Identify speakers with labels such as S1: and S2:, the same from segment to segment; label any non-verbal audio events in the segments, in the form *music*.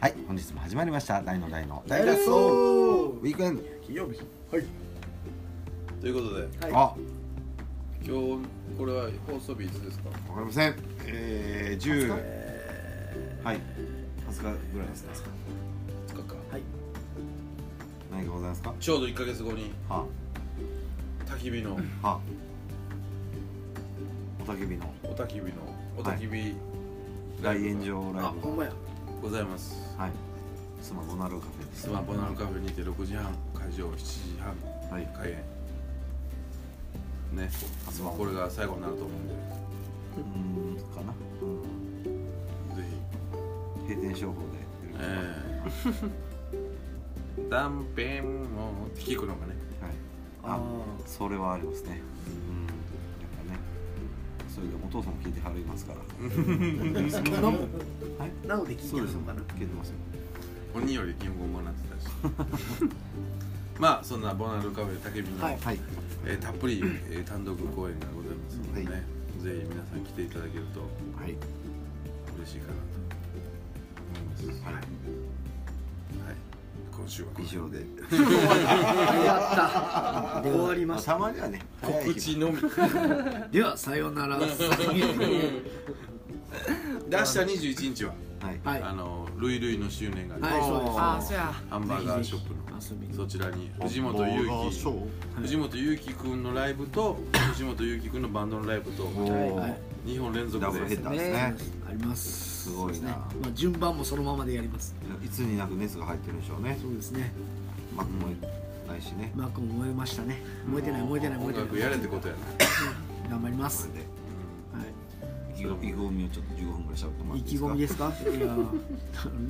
S1: はい本日も始まりました大の大の
S2: 大
S1: 脱
S2: 脱
S1: 走
S2: 走
S1: ウィークエンド、
S2: 金曜日はい
S3: ということで
S2: はい
S1: あわか
S3: 今日これは放送日いつですか
S1: りませんえー、10
S2: え
S1: はい20日ぐらいですか
S3: 2日か
S2: ーはい
S1: 何かございますか
S3: ちょうど1か月後に
S1: は
S3: 焚き火の
S1: はおたけびの
S3: お焚き火のお焚き火ライ
S1: 大
S3: ブ
S1: 炎上ライ
S2: あほ
S1: ブ
S2: んまや
S3: ございます
S1: はいスマボナルカフェです
S3: スマボナルカフェにて6時半会場7時半
S1: はい
S3: 開演ね
S1: スマ
S3: まあ
S1: ホ
S3: これが最後になると思うん
S1: う
S3: で
S1: ーんかなうん
S3: ぜひ
S1: 閉店商法でやりましょう
S3: ええ断片をって聞くのがね
S1: はい
S2: あ
S1: あそれはありますねうんやっぱねそれでお父さんも聞いてはります
S2: *laughs*
S1: から
S2: あなの
S1: はい
S2: なので聞いて
S1: そうで
S2: る
S1: す
S2: の
S1: よ
S2: かな
S1: 聞いてますよ
S3: 鬼より金言もなってたしまあそんなボナルカフェ焚き火の、
S2: はい
S1: はい
S3: えーたっぷり、えー単独公演がございますのでね、
S1: はい
S3: ぜひ皆さん来ていただけると
S1: はい
S3: 嬉しいかなと思います、
S1: は
S3: はいい今週はこ
S1: 以上で *laughs*
S2: あ終わりま
S1: あ
S2: した
S1: たまにはね
S3: れ告知のみで
S2: で *laughs* はさようならは
S3: 明日21日は、
S1: はい
S2: い
S3: あのルイルイの周年があります、
S2: はいそうです
S1: あー
S4: あ、そうや。
S3: ハンバーガーショップの
S2: 遊びに
S3: そちらに藤本勇樹藤本勇樹くんのライブと藤本勇樹くんのバンドのライブと
S1: お
S2: はい
S1: ー
S2: はい
S3: 2本連続
S1: ダブルヘ
S3: で
S1: ッダーですね
S2: あります
S1: すごいな
S2: そうですねまあ順番もそのままでやります
S1: いつになく熱が入ってるんでしょうね
S2: そうですね
S1: マックもないしね
S2: マークも燃えましたね燃えてない燃えてない燃
S3: 音
S2: えてない
S3: 楽やれってことやな、
S2: 頑張りま
S1: こ
S2: す
S1: れで
S2: はい
S1: 意気込み意気込みをちょっと15分ぐらいしゃべってもらっ
S2: 意
S1: てい
S2: 気込み
S1: いで
S2: です
S1: か
S2: すかいや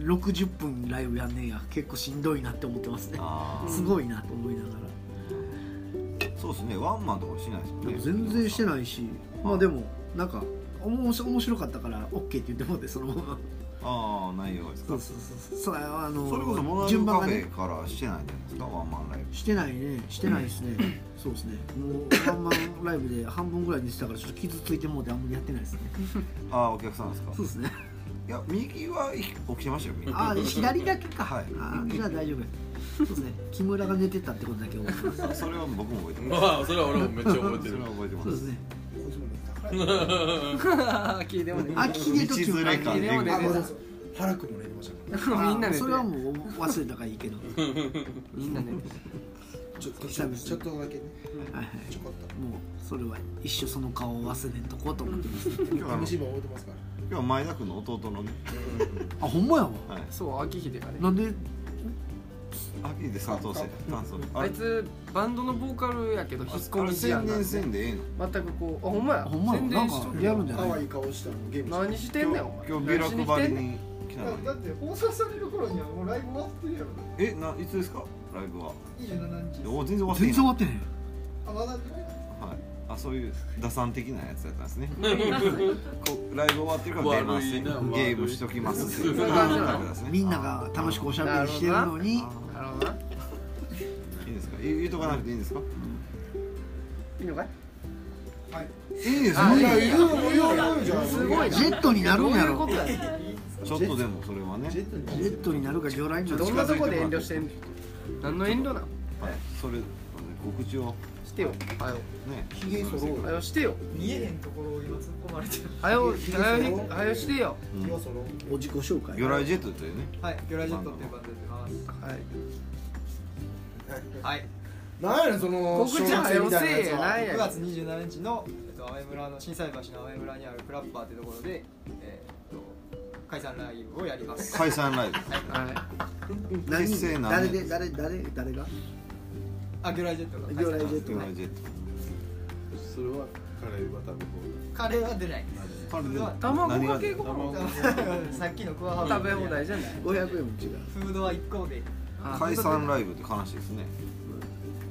S2: 60分ライブやんねんや結構しんどいなって思ってますね
S1: あー
S2: すごいなと思いながら
S1: そうですねワンマンとかしないですもん
S2: なん
S1: ね
S2: か全然して
S1: い
S2: ないしまあでもなんかおもし面白かったから OK って言ってもらってそのまま
S1: ああ内容です
S2: そ
S1: か
S2: うそうそうそうあの
S1: それこそモナル
S2: 順
S1: カ
S2: 番
S1: フ
S2: が
S1: ェ
S2: ね
S1: からしてないんじゃないですかワンマンライブ
S2: してないねしてないですねそうですねもうワンマンライブで半分ぐらいにしてたからちょっと傷ついてもうてあんまりやってないですね
S1: ああお客さんですか
S2: そうですね
S1: いや右は起きてましたよ右
S2: *laughs* ああ左だけか、
S1: はい
S2: ああじゃあ大丈夫そうですね木村が寝てたってことだけ覚えてます
S1: それは僕も覚えてます
S3: まあそれは俺もめっちゃ覚えて
S1: そ
S3: る
S1: れは覚えてま
S2: そうです
S1: す
S2: ね
S4: *laughs* 聞いてもね。
S2: あ聞いてとき
S1: 道連れ
S4: 感
S1: えぐい
S4: あごめんなさ
S5: ハラクもね、ました。
S4: みんな寝てる
S2: それはもう忘れたからいいけどはい
S4: みんなね。
S5: ちょっと、ちょっとちょっとだけね、
S2: はい
S5: ちょこっ
S2: もうそれは一生その顔を忘れんとこうと思ってます
S1: 今日
S5: と。
S1: はあの
S5: 楽しい
S1: 今
S5: も覚えてますから。
S1: 日は前田君の弟のね
S2: あほんまやわ
S1: はい
S4: そう、秋秀がね。
S2: なんで
S1: あいいです担当して担当して
S4: あいつバンドのボーカルやけど引っ込み思
S1: 宣
S4: 案なん
S1: 伝
S4: で
S1: せんでええの
S4: 全くこうあほんまや
S2: ほんまや
S4: 宣
S2: なん
S4: 伝し
S2: か
S4: と
S2: やるんじゃない
S5: 可愛い顔したのゲームして
S4: 何してんねんお前
S1: 今日ビラ
S4: 何しに来
S1: 配
S4: て
S1: り
S4: んねん
S1: に来た
S6: だ
S1: のに
S6: だって放送される頃にはもうライブ終わってるやろ
S1: えないつですかライブは
S6: 27日
S1: お全然終わって
S2: 全然
S1: ない
S2: 終わってないよ
S6: あまだ
S1: は
S6: ね
S1: いあそういう打算的なやつだったんですねこうライブ終わってるから出ます
S3: 悪
S1: ねゲ
S3: いな悪い
S1: ームしときますって
S4: そう
S1: い
S4: いうう感じなの
S1: んですね
S2: みんなが楽しくおしゃべりしてるのに
S4: なるほどない
S1: いですか言うとかなくていいんですか
S4: いいのかい
S1: いいです
S4: あ
S1: ね
S4: いい
S6: い
S4: よ
S6: やいるもいるじゃん
S4: すごい
S2: ジェットになる
S4: ど
S2: ん
S4: う
S2: や
S4: いう
S2: ろ
S4: こと
S2: ジ
S4: やね
S1: ちょっとでもそれはね
S5: ジェットに
S2: ェットになるか魚雷になる
S4: ど
S2: か
S4: んなとこで遠慮してんねん何の遠慮なん
S1: はいそれ告知を
S4: してよはよ
S1: ね
S5: ひげ剃ろう
S4: はよしてよ
S6: 見えへんところを今突っ込まれてる
S4: はよはよはよしてよ
S1: うん
S5: ひげ
S1: 魚
S5: を剃ろう。
S2: お自己紹介
S1: 雷ジェットというね
S6: はい魚雷ジェットっていうバンドやってます
S4: はい
S6: はい
S5: なんやねん、その。
S4: 告知はよせえやなんやね
S6: 9
S4: ん
S6: 月27日の、えっと、青江村の震災橋の青江村にあるクラッパーってところで、えーっと解散ライブをやります
S1: 解散ライブ
S4: は
S2: 何
S1: 結成
S2: 人
S1: 何
S2: 誰
S1: 年
S2: で誰誰誰が
S6: あ魚雷ジェットが解散
S2: 魚雷ジェット
S1: 魚雷ジェット
S3: *laughs* それはカレーは食べ
S6: カレーは出ない
S1: あれで
S4: い卵かけご
S3: 放
S4: 飯
S3: 題
S6: さっきのクワハウ
S4: 食べ放題じゃない
S2: 500円も違う
S6: フードは1個で
S4: あ
S1: 解散ライブって悲しいですね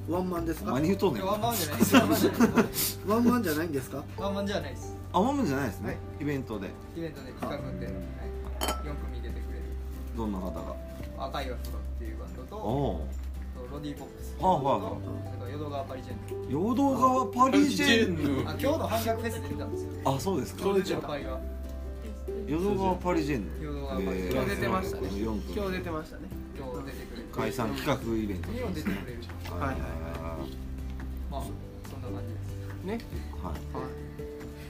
S2: ワンマンですか
S1: 何言うとんねん
S6: ワンマンじゃないですワンマンじゃないです
S2: ワンマンじゃないんですか
S6: ワンマンじゃないです
S1: あもんじゃないですね、
S6: はい
S1: イベントで
S6: イベントで企画で、はい、4組出てくれる
S1: どんな方が
S6: 赤いワフロっていうバンドと
S1: おお
S6: ロディ・ポップス
S1: はあはあは
S6: となんか淀川パリジェンヌ
S1: 淀川パリジェンヌ
S6: あ今日の半額フェスで出たんですよ
S1: あそうですか
S6: 今日のパリは
S1: 淀川パリジェンヌ
S6: 淀川パリジェンヌ
S1: えー
S6: 今日出て
S4: ましたね
S1: この四分
S4: 今日出てましたね
S6: 今日出てくれる
S1: 解散企画イベント
S6: にも出てくれるし
S1: はい
S4: はいはい
S6: まあそんな感じです
S4: ね
S1: はい
S4: は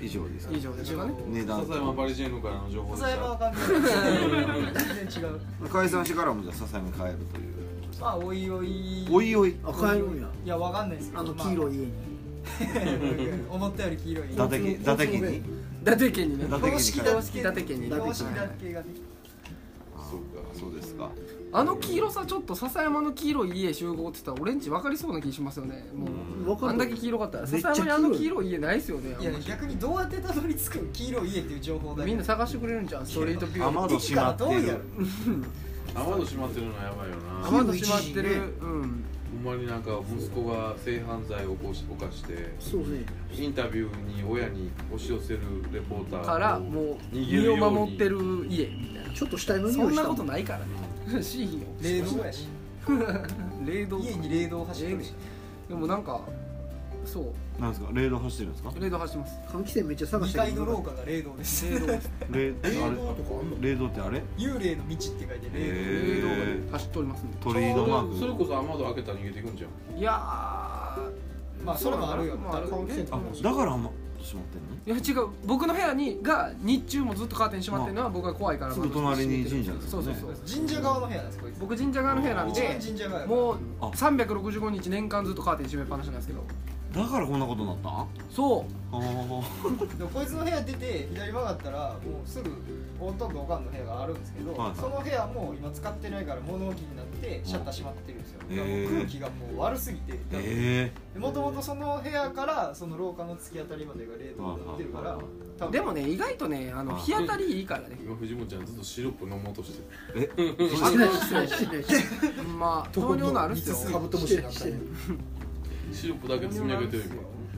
S1: 以上です
S4: い以上ですかね
S1: 値段
S3: 笹山パリジェンヌからの情報でし
S6: 笹山は
S3: た
S6: 関係ない全然違う
S1: 解散してからもじゃあ笹山変えるという
S6: まあおいおい
S1: おいおい
S2: あ帰るんや
S6: いやわかんないですけど
S2: あの黄色い家に
S6: まあ *laughs* 思ったより黄色い
S1: 伊達家伊達家に
S4: 伊達家にね
S1: 伊達
S6: 公
S1: 家
S6: 式
S1: に変え
S6: だ
S1: る
S4: 伊達
S6: け
S4: 家に
S6: 公式だけがね
S1: あーそうですか
S4: あの黄色さちょっと笹山の黄色い家集合って言ったらオレンジ分かりそうな気しますよねもう
S2: 分か
S4: あ
S2: る
S4: んだけ黄色かったら
S2: めっち
S4: 笹
S2: ゃ黄
S4: 山
S2: 色い
S4: にあの黄色い家ないですよね
S6: いや逆にどうやってたどり着くの黄色い家っていう情報だけ
S4: みんな探してくれるんじゃんストリートビュー
S1: 雨戸閉まって
S6: どうや
S1: る
S6: る
S3: 雨戸閉まってるのやばいよなほ
S4: 雨戸閉まってるうん
S3: んまになんか息子が性犯罪を起こし犯して
S2: そうね
S3: インタビューに親に押し寄せるレポーター
S4: から
S3: を
S4: もう
S3: 逃げる
S4: 身
S3: よう
S4: を
S3: に
S4: 守ってる家みたい
S2: ちょっと死体の
S4: な
S2: 匂
S4: そ
S2: い
S4: ん
S2: し
S4: な
S2: たも
S4: ことないからね *laughs* シーンよ
S6: 冷凍やし
S4: 冷凍
S6: 家に冷凍走ってるし
S4: でもなんかそ
S1: なんですかレード走ってるんですか
S4: う冷凍走ってます
S2: 換気扇めっちゃ探し
S6: 2
S2: たけ
S6: 階
S2: ど
S6: の廊下が冷凍です
S4: 冷凍です
S1: レーあれ
S5: 映画とかあんの
S1: レードってあれ
S6: 幽霊の道って書いて冷
S1: へ
S4: 冷凍がね走っておりますね
S1: 鳥居のマーク
S3: それこそ雨戸開けたら逃げていくんじゃん
S4: いやー
S6: まあそれもあるよ
S4: まあある
S5: 換気扇
S4: ね
S5: とか
S1: あ
S5: も
S1: だから雨戸閉まってんの
S4: いや違う僕の部屋にが日中もずっとカーテン閉まってるのは僕が怖凍から
S1: すぐ隣に神社ですね
S4: そうそうそう
S6: 凍神社側の部屋なんですこいつ
S4: 僕神社側の部屋なん
S6: 一
S4: で
S6: 番神社側やから
S4: もう
S1: あ
S4: 365日年間ずっとカーテン閉めっぱなしなんですけど
S1: だからこんなことになったんあ
S4: そう
S1: ー
S6: でもこいつの部屋出て左曲がったらもうすぐほとんどおかんの部屋があるんですけど、
S1: はいはい
S6: その部屋も今使ってないから物置になってシャッター閉まってるんですよ、
S1: うん
S6: だからもう
S1: へー
S6: 空気がもう悪すぎて
S1: え
S6: もともとその部屋からその廊下の突き当たりまでが冷凍になってるから
S1: はいはい
S6: 多分
S4: でもね意外とねあの
S1: あ
S4: 日当たりいいからね
S3: 今藤本ちゃんずっとシロップ飲もうとしてる
S2: してないしてないしてないしてない
S1: *laughs*
S4: まあ糖尿のあるっすよ
S5: カブトムシになったり
S3: シロップだけ積み上げてる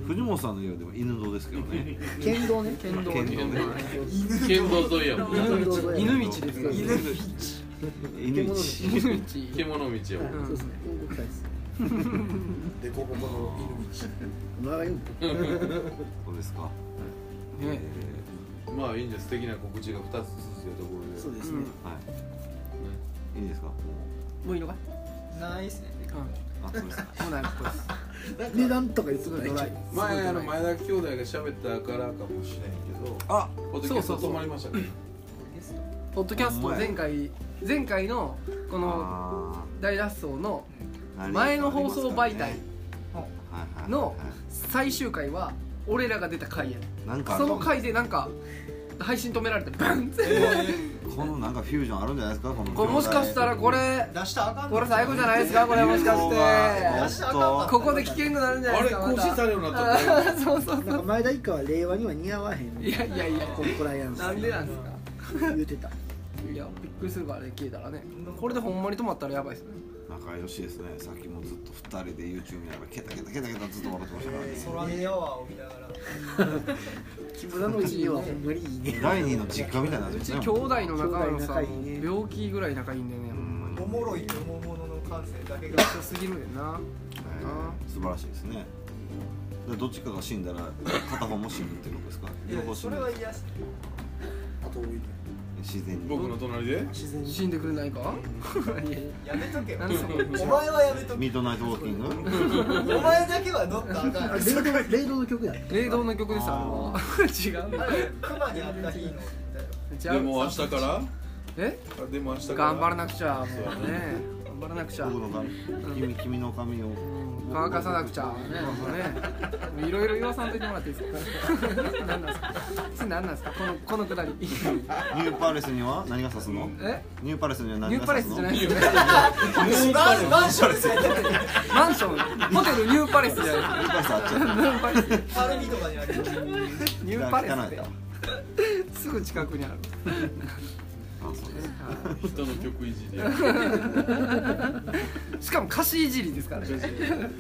S1: 藤本さんの家はでも犬堂ですけどね
S2: 剣道ね
S4: 剣道
S1: 剣
S3: 道ね今
S5: 犬
S3: 剣道沿いやもんな
S2: 犬道
S4: 犬道犬道ですから
S1: 犬道犬道
S4: 犬道
S3: 獣道やも
S2: そう
S3: ん
S2: ですね動きたいですね
S5: でこぼこの犬道
S2: 長いよ
S1: そうですか
S4: ね
S3: まあいいんです素敵な告知が2つ続けたところで
S2: そう
S3: ね
S2: ですね
S1: はいいいですかも
S4: もういいのかい
S6: ないっすね
S4: うんも
S1: うあそうですか
S4: うないっぽいです
S2: 値段とか言ってくれない
S3: 前あの前田兄弟が喋ったからかもしれんけど
S1: あ
S3: ポッドキャスト止まりましたね
S4: ポッドキャスト前回前回のこの
S1: あ
S4: 大脱走の
S1: ー
S4: 前の放送媒
S1: はい
S4: 体
S1: はいはい
S4: の最終回は俺らが出た回やね
S1: なんかあ
S4: そ
S1: る
S4: の回でなんか配信止められてバンっ
S6: *laughs*
S4: て
S1: このなんかフュージョンあるんじゃないですかこの
S4: これもしかしたらこれ
S6: 出したらあかん
S4: これ最後じゃないですかこれもしかし
S6: 出
S4: て
S6: したらあかんわ
S4: ここで危険くなるんじゃな
S3: あ
S4: いで
S3: れ
S4: すか
S3: 更新されるようになった
S4: またそうそう
S2: *laughs* なんか前田一家は令和には似合わへん
S4: いやいやいや
S2: コンプライアンス
S4: なんでなんですか
S2: 言ってた
S4: いやびっくりするからあれ消えたらねこれでほんまに止まったらやばいですね
S1: 仲良しですねさっきもずっと二人で YouTube 見ながらケタケタケタケタずっと笑ってましたからね
S6: 空見アワーを見ながら
S2: 木村の家はほんまにいいね
S1: 第二の実家みたいな
S4: う
S1: です
S4: ち
S1: ね
S4: 兄弟の中野さ
S2: 兄弟仲いいね
S4: ん病気ぐらい仲いいんだよねほんまに
S6: おもろいと思うものの感性だけが
S4: 強すぎるねんな
S1: えー素晴らしいですねでどっちかが死んだら片方も死ぬっていうのですか
S6: い
S1: 両方
S6: や
S1: 死
S6: そ
S1: ぬ
S6: れは嫌っす
S5: あと多いね
S1: 自然に
S3: 僕の隣で
S5: 自然に
S4: 死んでくれないかいやいや
S6: やめとけよ
S4: なんでそこ
S6: お前はやめとけ
S1: ミッドナイトウォーキング
S6: お前だけは乗ったらあかん
S4: *laughs*
S2: あ *laughs* 冷凍冷凍の曲や
S4: 霊道の曲ですあれは *laughs* 違うな
S6: 熊にあった日の
S3: でも明日から
S4: え
S3: でも明日から
S4: 頑張らなくちゃもうね頑張らなくちゃ
S1: 僕の髪君君の髪を
S4: うん乾かさなくちゃねもうねいろいろ言わさんといてもらっていいですか *laughs* 何なんですかそれ何なんですかこのこのくだり
S1: ニューパレスには何が刺すの
S4: *laughs* え
S1: ニューパレスには何
S4: ニュー
S1: が
S4: パレ
S1: 刺
S4: ス
S1: す
S4: じ
S1: の
S4: ゃない
S1: ニ
S4: で
S1: ュ
S4: すね *laughs*
S6: マンマンションですよ
S4: マンションホテルニューパレスじゃない
S1: ーパレスあっちゃ
S4: *laughs* ニューパレス
S6: ハルミとかにあるよ
S4: ニューパレ
S1: 汚
S4: ス
S1: い
S4: で
S1: な
S4: すぐ近くにある
S1: あそうです
S3: 人の曲いじりや
S4: しかも歌詞いじりですからね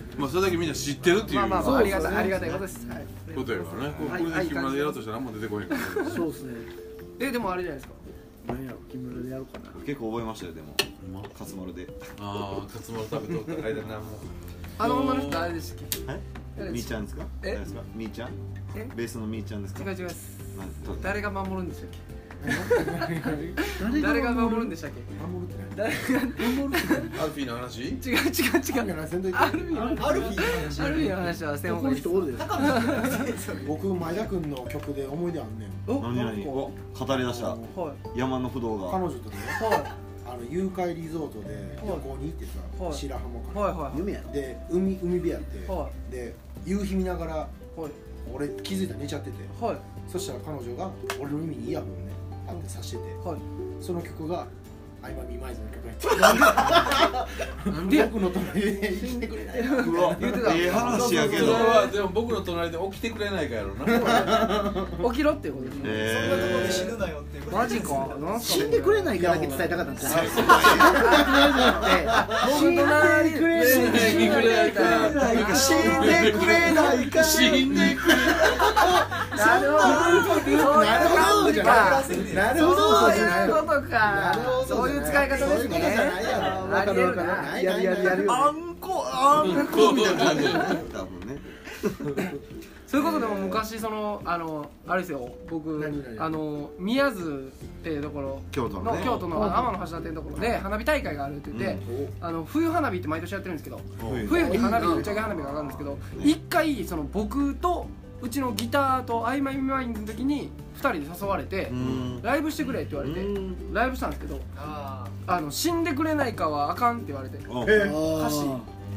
S3: *laughs* まあそれだけみんな知ってるっていう
S4: まあまあまあ
S3: こ
S4: ありがたいありがたいことですはい
S3: とやからねこれで木村でやろうとしたら何も出てこへんから
S2: そうですね
S4: えでもあれじゃないですか
S2: 何やろ木村でやろうかな
S1: 結構覚えましたよでも
S3: ほんま
S1: 勝丸で
S3: ああ勝丸食べとった間何も
S4: あの女の人誰でしたっ
S1: えみーちゃんですか
S4: え
S1: 誰ですかみーちゃん
S4: え
S1: ベースのみーちゃんです
S4: け
S1: か
S4: 違う違います
S1: なん
S4: 誰が守るんでしたっけ誰が守るん
S2: で
S4: でしたっけ
S5: 守るってね
S4: 誰が
S2: 守るって何
S3: アルフィーの話
S4: 違う違う違う
S5: なせんといて
S4: アルフィー
S6: アルフィーの話
S4: アルフィーの話はせんほう
S2: この
S4: がいいです
S2: 人おるでしょ
S5: 僕前田君の曲で思い出あんねん
S4: お
S1: 何々
S5: なんか
S1: 語り出した
S4: はい
S1: 山の不動
S5: 彼
S1: が
S5: 女とね
S4: は
S5: あの誘拐リゾートで旅行に行ってさ、
S4: はい
S5: 白浜
S4: い
S5: から、
S4: はいはい
S2: 夢やろ
S5: で海海辺やって、
S4: は
S5: で夕日見ながら
S4: はい
S5: 俺気づいたら寝ちゃってて
S4: はい
S5: そしたら彼女が俺の耳にイヤホンねあってさしてて
S4: はい
S5: その曲が相葉美舞ズの曲やって
S4: *laughs* なんでや
S5: 僕の隣で生きてくれないな
S1: うわ
S4: 言ってた
S1: ええ話や
S3: そ
S1: け
S3: れ
S1: ど
S3: はでも僕の隣で起きてくれないかやろな
S4: 起きろっていうことですね、
S6: そんなところで死ぬ
S1: え
S6: なよっていうこと
S4: マジかなんす
S2: 死
S4: か
S2: んでくれないかだけ伝えたかったんですよ
S4: 死んで
S2: *laughs*
S4: くれ
S3: 死んでくれないか
S2: ないか
S5: 死んでくれないか
S3: 死んでくれ
S4: なるほど
S2: なるほどじゃな
S4: そういうことか
S2: いなるほどじゃない
S4: そういうこと
S5: な
S4: か
S5: るほど
S4: そういう使い方で
S5: そういう
S4: すね
S5: ことじゃないやろ
S4: ありえるな
S5: ない
S4: やるやるやるよ
S1: あんこあんこみたいな感じだね多分ね
S4: そういうことでも昔そのあのあれですよ僕
S5: 何々
S4: あの宮津っていうところ
S1: 京都の
S4: の
S1: ね
S4: 京都の天の橋立てのところで花火大会があるって言って、あの冬花火って毎年やってるんですけど
S1: 冬
S4: 冬に花火打ち上げ花火が上がるんですけど一回その僕とうちのギターと「あいまいまい」の時に2人で誘われて
S1: うん
S4: 「ライブしてくれ」って言われてライブしたんですけど
S6: あ
S4: 「あの死んでくれないかはあかん」って言われて
S1: うん
S5: え
S4: 歌詞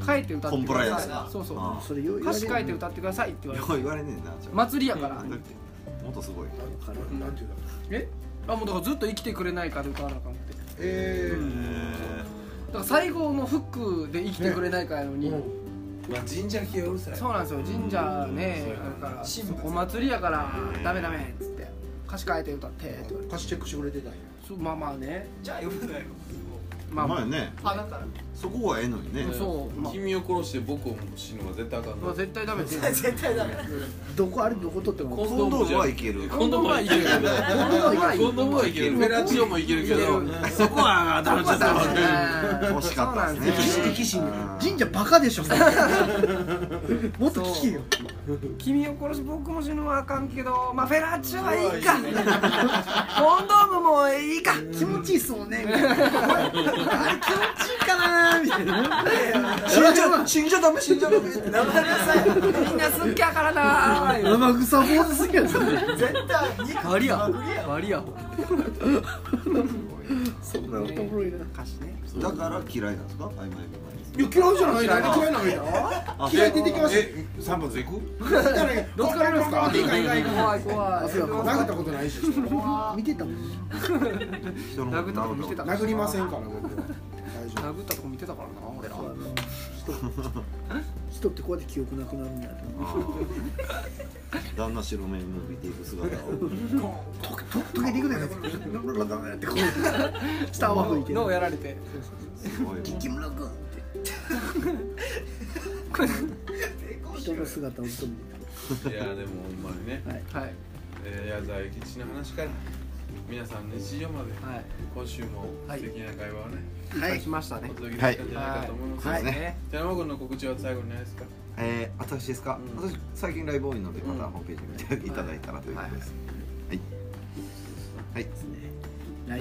S4: 書いて歌っ
S1: コ
S4: てく
S1: ンプライア
S4: だ
S1: ン
S6: ス
S4: さいそうそう
S1: あ
S2: それよ
S4: 歌詞書いて歌ってくださいって言われ
S1: よ
S4: て
S1: う言われねえなちょっと
S4: 祭りやから
S1: だってもっとすごい
S5: なんなんていうんだろう
S4: えあもうだからずっと生きてくれないかで歌わなあかんってだ
S5: え
S1: え
S4: から最後のフックで生きてくれないかやの
S5: ー
S4: に、
S5: うん
S3: まあ神社系うるさい
S4: そうなんですよ神社ねあるから
S6: 神仏
S4: お祭りやからダメダメっつって歌詞変えて歌ってって言われて
S5: 歌詞チェックしてくれてたんや
S4: そうまあまあね
S6: ーじゃあ呼ぶなよ
S1: ま
S4: ま
S1: あ
S4: あ
S1: まあ
S4: ま
S1: ね
S6: 花から
S1: そこはええのにね
S4: あそうまあ
S3: 君を殺して僕を死ぬのは絶対あかん
S4: まあ
S3: な
S4: 絶対ダメって言う
S6: 絶対ダメ
S2: どこあれどこ取っても
S1: 今度はいける
S3: 今度はいける今度はいけるフェラチオもいけるけどそこはダメだった
S1: 惜しかったですね
S4: そうなん
S2: 神
S4: で
S2: 奇
S4: す
S2: 心
S4: よ
S2: 神社バカでしょそれ *laughs* もっと聞けよ
S4: 君を殺し僕も死ぬはあかんけどまあフェラッチョはいいかコンドームもいいか
S2: 気持ちいいっすもんねみたいなあれ気持ちいいかなみたいな死んじゃ
S5: 死んじゃダメ死んじゃダメってな
S4: みんなすっきゃからなー
S2: 生臭坊主すぎやつ
S6: 絶対に
S4: バリアバリア
S2: そんなおもろいな
S4: 歌詞ね
S1: だから嫌いなんですか曖昧曖
S5: いや嫌いじゃないな嫌いなのよ
S1: 昧
S5: 嫌い出てきました
S3: え3発でいく
S4: どっからですか
S5: いいかいいかいいか
S4: 怖い怖い
S2: そうや
S5: 殴ったことないし
S2: 見てたもん
S1: 人の
S4: 殴ったとこ見てた
S5: 殴りませんから僕は大丈
S4: 殴ったとこ見てたからな俺ら
S2: 人ってこうやって記憶なくなるんだよ
S1: 旦那白目向いていく姿を
S2: とと溶けていくねってこう下を吹いて
S4: のをやられて
S1: すごい
S2: 木村君って人の姿をずっと見て
S3: いやでもほんまにね
S4: はいはい
S3: えー矢沢永吉の話から皆さんの日常まで今週も素敵な会話をね
S2: た
S4: いっぱいしましたね
S3: お届けできたんじゃないかと思います
S1: はいはい
S4: ね
S3: 寺山君の告知は最後にないですか
S1: えー、私ですか、
S3: うん
S1: 私最近ライブ多いのでまた
S3: うん
S1: ホームページ見ていただいたらということですはいはい、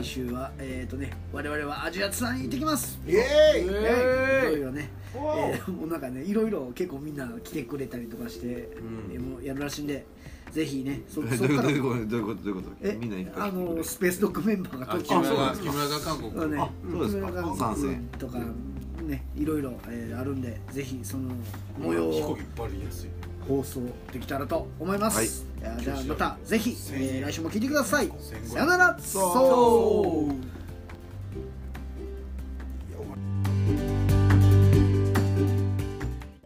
S2: 来週はえっ、ー、とね我々はアジアツアーに行ってきます
S5: 夫イエーイ
S2: いろい
S4: え
S2: ろね、えー、もうなんかねいろいろ結構みんな来てくれたりとかして、
S3: ん
S2: えーもうやるらしいんでぜひねそ
S1: え
S2: そ
S1: ど
S2: っ
S1: ういう
S2: か
S1: ことどうい
S2: ら
S1: うことどういうことどういうこと
S2: え
S1: みんな行く
S2: あのスペースドッグメンバーが
S3: あ
S2: 東
S3: 木
S2: 京
S3: 村が
S2: そ
S3: 木村が韓国
S2: うね
S1: あそうですか
S2: 木村が
S1: 賛成
S2: とかねいろいろ、えーあるんでぜひその模様
S3: 飛行
S2: を
S3: 機バリ安い
S2: 放送できたらと思います、いやじゃあまたぜひ、えー来週も聞いてくださいさよなら
S4: ー
S2: そう